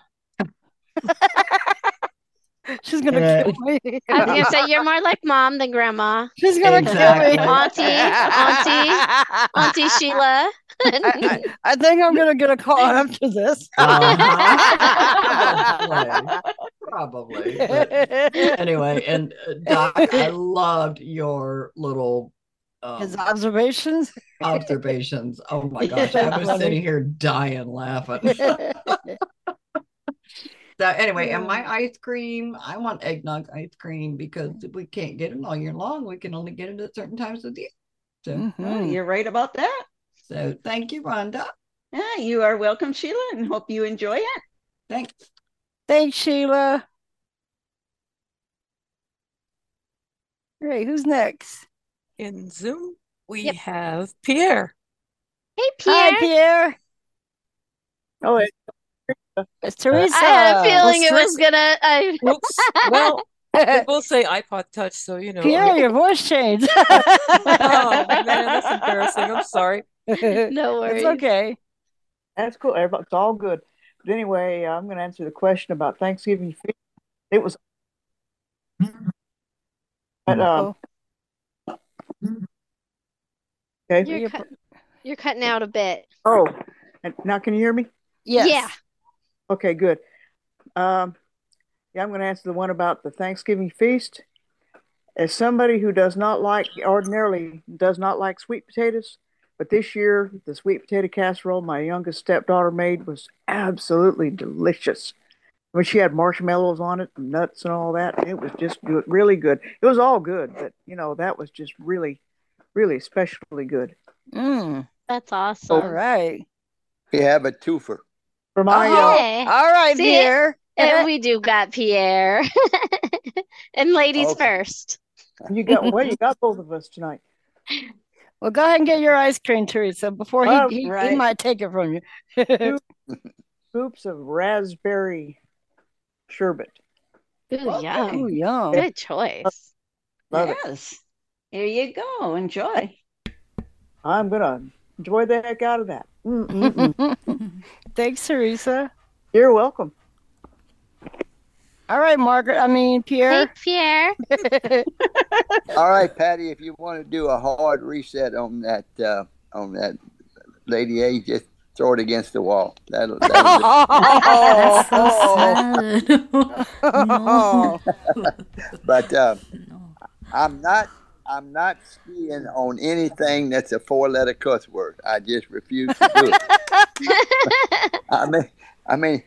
She's gonna kill me.
I was gonna say you're more like mom than grandma.
She's gonna
Exactly.
kill me.
Auntie, auntie, auntie Sheila.
I, I think I'm gonna get a call after this.
Uh-huh.
probably. but anyway, and uh, Doc, I loved your little um,
His observations.
observations. Oh my gosh, I was
Funny.
sitting here dying laughing. So anyway, and my ice cream, I want eggnog ice cream because we can't get it all year long. We can only get it at certain times of the year. So mm.
Oh, you're right about that.
So thank you, Rhonda.
Yeah, you are welcome, Sheila, and hope you enjoy it.
Thanks.
Thanks, Sheila. Hey, who's next?
In Zoom, we have Pierre.
Hey,
Pierre. Hi, Pierre.
Oh, it,
it's Teresa.
I had a feeling it was gonna. I...
Whoops.
Uh-uh.
Well, they both say iPod Touch, so you know.
Pierre, your voice changed.
oh man, that's embarrassing. I'm sorry.
No
It's
worries.
okay.
That's cool. Everybody- It's all good. But anyway, I'm going to answer the question about Thanksgiving. feast. It was. But, um,
Oh.
okay.
You're, cut- you're cutting out a bit.
Oh, and now can you hear me?
Yeah.
Okay, good. Um, yeah, I'm going to answer the one about the Thanksgiving feast. As somebody who does not like, ordinarily does not like sweet potatoes, but this year the sweet potato casserole my youngest stepdaughter made was absolutely delicious. I mean, she had marshmallows on it, and nuts, and all that. It was just good, really good. It was all good, but you know that was just really, really especially good.
Mm.
That's awesome.
All right.
You have a twofer.
For
my, uh,
Okay.
all right,
See,
Pierre.
And we do got Pierre. and ladies
Okay.
first.
You got well, you got both of us tonight.
Well, go ahead and get your ice cream, Teresa, before he,
All
he, he
right.
might take it from you.
Two scoops of raspberry sherbet.
Ooh,
yum.
Ooh, yum.
Good
choice.
Love it.
yes. Here you go. Enjoy.
I'm gonna enjoy the heck out of that.
Thanks, Teresa.
You're welcome.
All right, Margaret. I mean, Pierre.
Pierre.
All right, Patty, if you want to do a hard reset on that uh, on that Lady A, just throw it against the wall. That'll, that'll do.
That's so
but uh, I'm not I'm not skiing on anything that's a four letter cuss word. I just refuse to do it. I mean I mean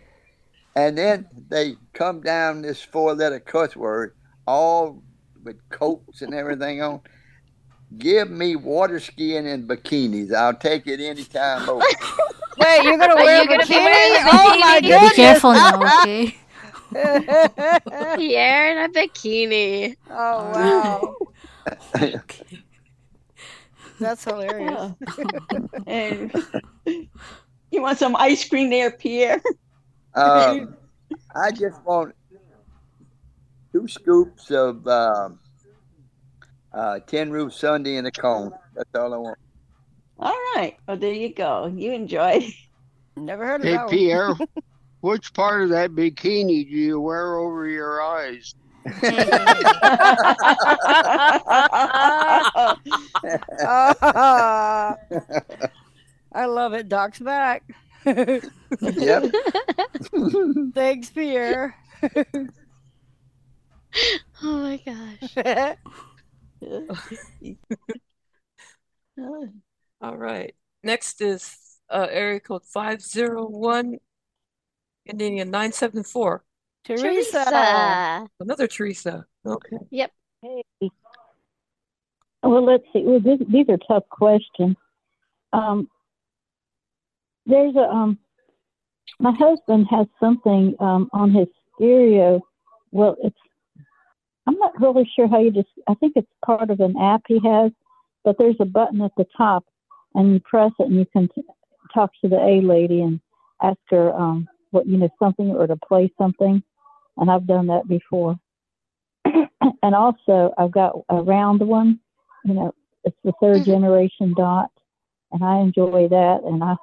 and then they come down this four letter cuss word all with coats and everything on. Give me water skiing and bikinis. I'll take it any time over.
Wait, you're gonna
Are
wear
you
a
gonna be
bikini?
wearing the
Oh my
bikini?
goodness!
Be careful now,
okay?
Pierre in a bikini.
Oh wow, that's hilarious.
And you want some ice cream there, Pierre?
Um, I just want two scoops of um, uh, Tin Roof Sunday in a cone. That's all I want.
All right. Well, there you go. You enjoy.
Never heard
of
Hey,
that one.
Pierre.
Which part of that bikini do you wear over your eyes?
Ah, I love it. Doc's back.
Yep.
Thanks, Pierre.
Oh my gosh.
All right. Next is uh, area code 501, ending in 974.
Teresa.
Another Teresa. Okay.
Yep.
Well, let's see. Well, this, these are tough questions. Um, there's a um, my husband has something um, on his stereo. Well, it's I'm not really sure how you just. I think it's part of an app he has, but there's a button at the top, and you press it, and you can t- talk to the A lady and ask her um, what you know something or to play something. And I've done that before. and also I've got a round one. You know, it's the 3rd generation dot, and I enjoy that. And I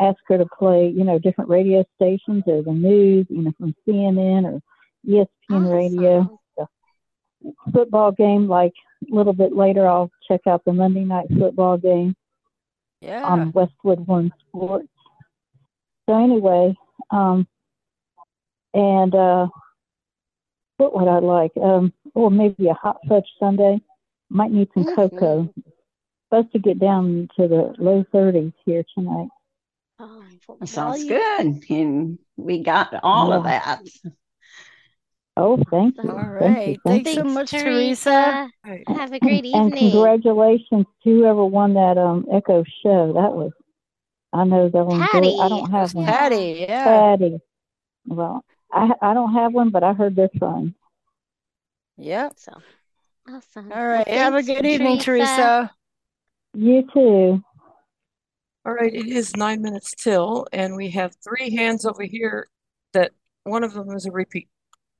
ask her to play, you know, different radio stations or the news, you know, from CNN or E ESPN radio. The football game, like a little bit later, I'll check out the Monday night football game
Yeah.
on Westwood One Sports. So anyway, um, and uh, what would I like? Um, or maybe a hot fudge sundae. Might need some cocoa. Supposed to get down to the low 30s here tonight.
Um,
That sounds
value.
good. And we got all of
Yeah.
that.
Oh, thank you.
All
Thank you.
right.
Thank
Thanks
you.
so much, Teresa. Have a great
and
evening.
congratulations to whoever won that um Echo show. That was, I know they'll enjoy. it. I don't
Patty.
have one.
Patty, yeah.
Patty. Well, I I don't have one, but I heard this one.
Yep. So awesome.
All right. Have a
thanks,
good evening, Teresa.
You too.
All right, it is nine minutes till, and we have three hands over here that one of them is a repeat.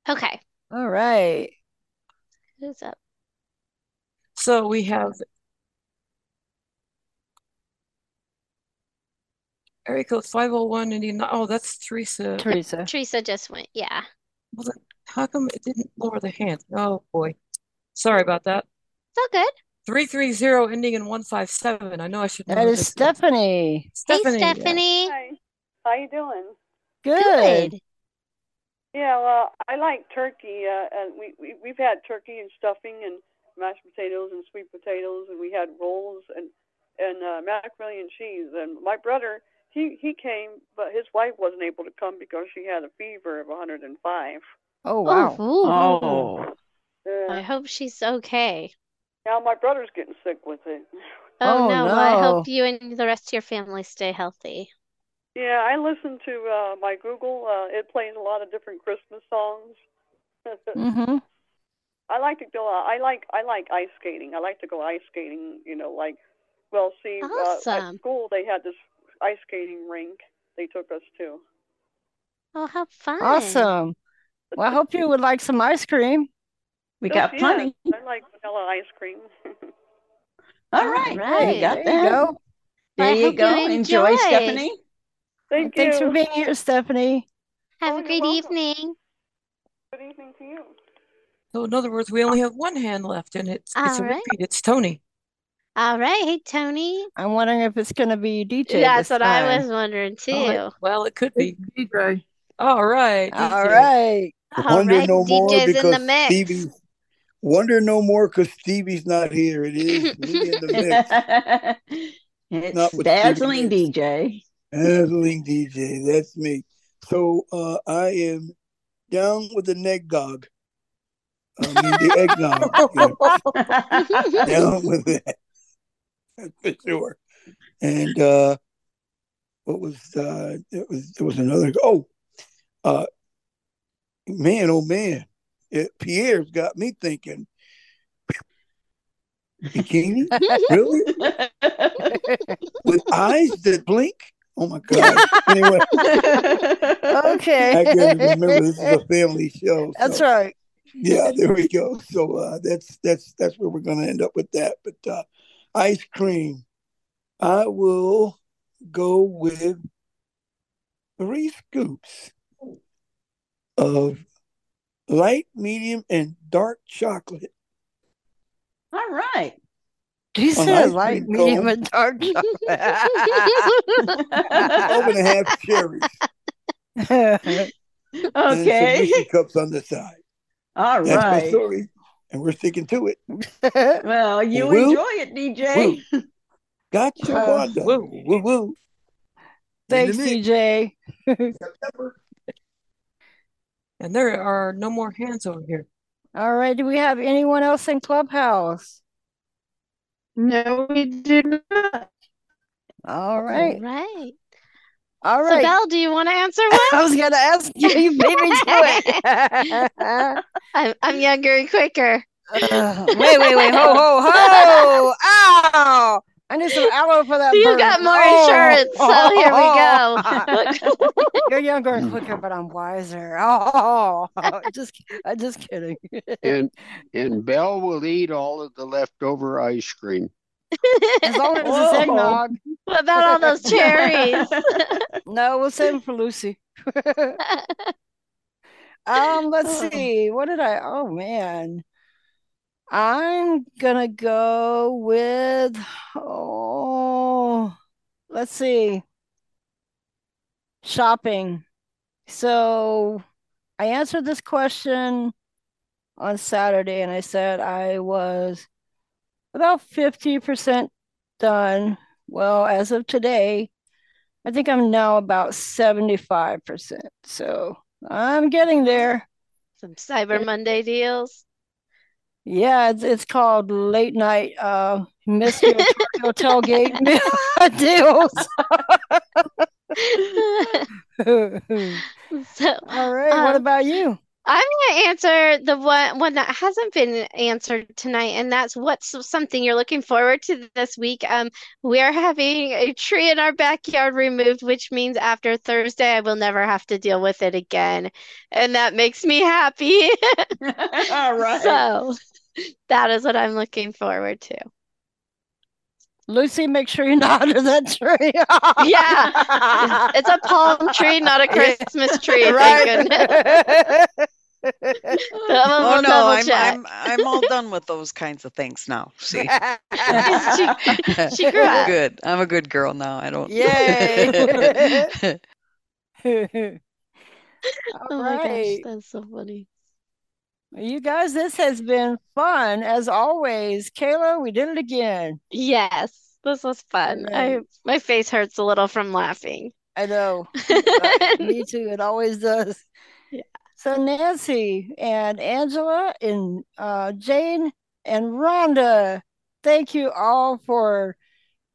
Okay.
All right.
Who's up?
So we have area code 501 Indiana. Oh, that's Teresa.
Yep, Teresa just went. Yeah.
Well, then How come it didn't lower the hand? Oh boy. Sorry about that.
It's all good.
330 ending in 157. I know I should know
That
who
is
this
Stephanie.
Stephanie, yeah.
Hi. How you doing?
Good.
Yeah, well, I like turkey. Uh, and we, we we've had turkey and stuffing and mashed potatoes and sweet potatoes, and we had rolls and and uh, macaroni and cheese. And my brother, he he came, but his wife wasn't able to come because she had a fever of 105.
Oh
wow.
Oh.
Yeah.
I hope Oh, she's okay.
Now my brother's getting sick with it.
Oh,
Oh,
no. Well, I
no.
hope you and the rest of your family stay healthy.
Yeah, I listen to uh, my Google. Uh, it plays a lot of different Christmas songs.
Mm-hmm.
Mhm.
I like to go. out I like. I like ice skating. I like to go ice skating. You know, like, well, see, uh, at
Awesome.
school they had this ice skating rink. They took us to.
Oh, how fun.
Awesome. Well, I hope you would like some ice cream.
We
Oh, yeah, I like vanilla ice cream.
All right.
Right.
You got
There you
that.
go.
There you go. enjoy, Stephanie.
Thank
Thanks for
you.
being here, Stephanie.
Have a great evening.
Good evening to you.
So in other words, we only have one hand left, and it's it's a
All right.
repeat. It's Tony.
All right. Hey, Tony.
I'm wondering if it's going to be DJ.
That's
this
what I
time.
was wondering
Oh, it-
too.
well, it could be DJ. All right,
All
DJ.
right.
All
Wonder
right.
no more
DJ's in the
because
mix.
Stevie. Wonder no more because Stevie's not here. It is me in the mix.
It's
Not with
dazzling
Stevie.
DJ.
Dazzling DJ. That's me. So uh, I am down with the neck gog. I mean the eggnog. Yeah, down with that for sure. And uh, what was uh, it was there was another oh uh, man oh man it, Pierre's got me thinking bikini really with eyes that blink. Oh my god! Anyway,
Okay.
I gotta remember this is a family show.
That's
so-
right.
Yeah, there we go. So uh, that's that's that's where we're gonna end up with that. But uh, ice cream, I will go with three scoops of light, medium, and dark chocolate.
All right.
You
On
said
ice
light,
cream
medium,
cone.
and dark
Twelve and a
chocolate.
half cherries and some
Okay.
Reese's cups on the side.
All
That's my
right.
story, and we're sticking to it.
Well, you
Woo.
enjoy it, DJ.
Gotcha,
Uh,
Wanda. Woo, woo, woo.
Thanks, DJ.
And there are no more hands over here.
All right. Do we have anyone else in Clubhouse?
No, we do not.
All
All
right.
right.
All
So,
right.
Belle, do you want to answer one?
I was going to ask you. You beat me to it.
I'm, I'm younger and quicker.
Uh, wait, wait, wait. Ho, ho, ho. Ow. I need some aloe for that.
You
burn.
got more
Oh.
insurance, so here we go.
You're younger and quicker, but I'm wiser. Oh, just, I'm just kidding.
And and Belle will eat all of the leftover ice cream.
As long as it's eggnog.
What about all those cherries?
no, we'll save them for Lucy. um, let's
Oh.
see. What did I? Oh man, I'm gonna go with. Oh, let's see. Shopping. So I answered this question on Saturday, and I said I was about 50% done. Well, as of today, I think I'm now about 75%. So I'm getting there.
Some Cyber Monday deals.
Yeah, it's, it's called late night uh mystery Tokyo tailgate meal deals.
So, um,
All right, what about you?
I'm going to answer the one one that hasn't been answered tonight, and that's what's something you're looking forward to this week. Um, we are having a tree in our backyard removed, which means after Thursday I will never have to deal with it again, and that makes me happy.
All right.
So that is what I'm looking forward to.
Lucy, make sure you nod under that tree.
Yeah, it's a palm tree, not a Christmas tree.
Right.
Thank goodness. Someone
oh
will
no,
double
I'm,
check.
I'm I'm all done with those kinds of things now. See,
She- she grew up.
Good. I'm a good girl now. I don't.
Yay.
Oh my gosh, that's so funny.
You guys, this has been fun as always. Kayla, we did it again.
Yes, this was fun. I
Alright.
my face hurts a little from laughing.
I know. Uh, me too. It always does. So Nancy and Angela and uh, Jane and Rhonda, thank you all for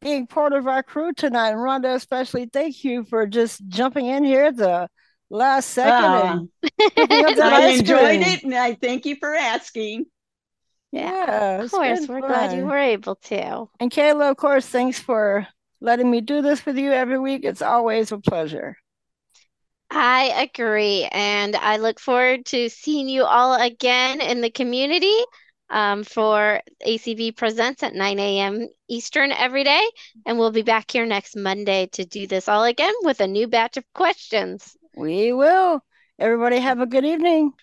being part of our crew tonight. And Rhonda, especially, thank you for just jumping in here at the last second
Ah.
and picking up that
I
ice
enjoyed
cream.
it, and I thank you for asking.
Yeah,
Of
it's
course,
been
we're glad you
fun.
were able to.
And Kayla, of course, thanks for letting me do this with you every week. It's always a pleasure.
I agree, and I look forward to seeing you all again in the community um, for ACV Presents at 9 a.m. Eastern every day. And we'll be back here next Monday to do this all again with a new batch of questions.
We will. Everybody have a good evening.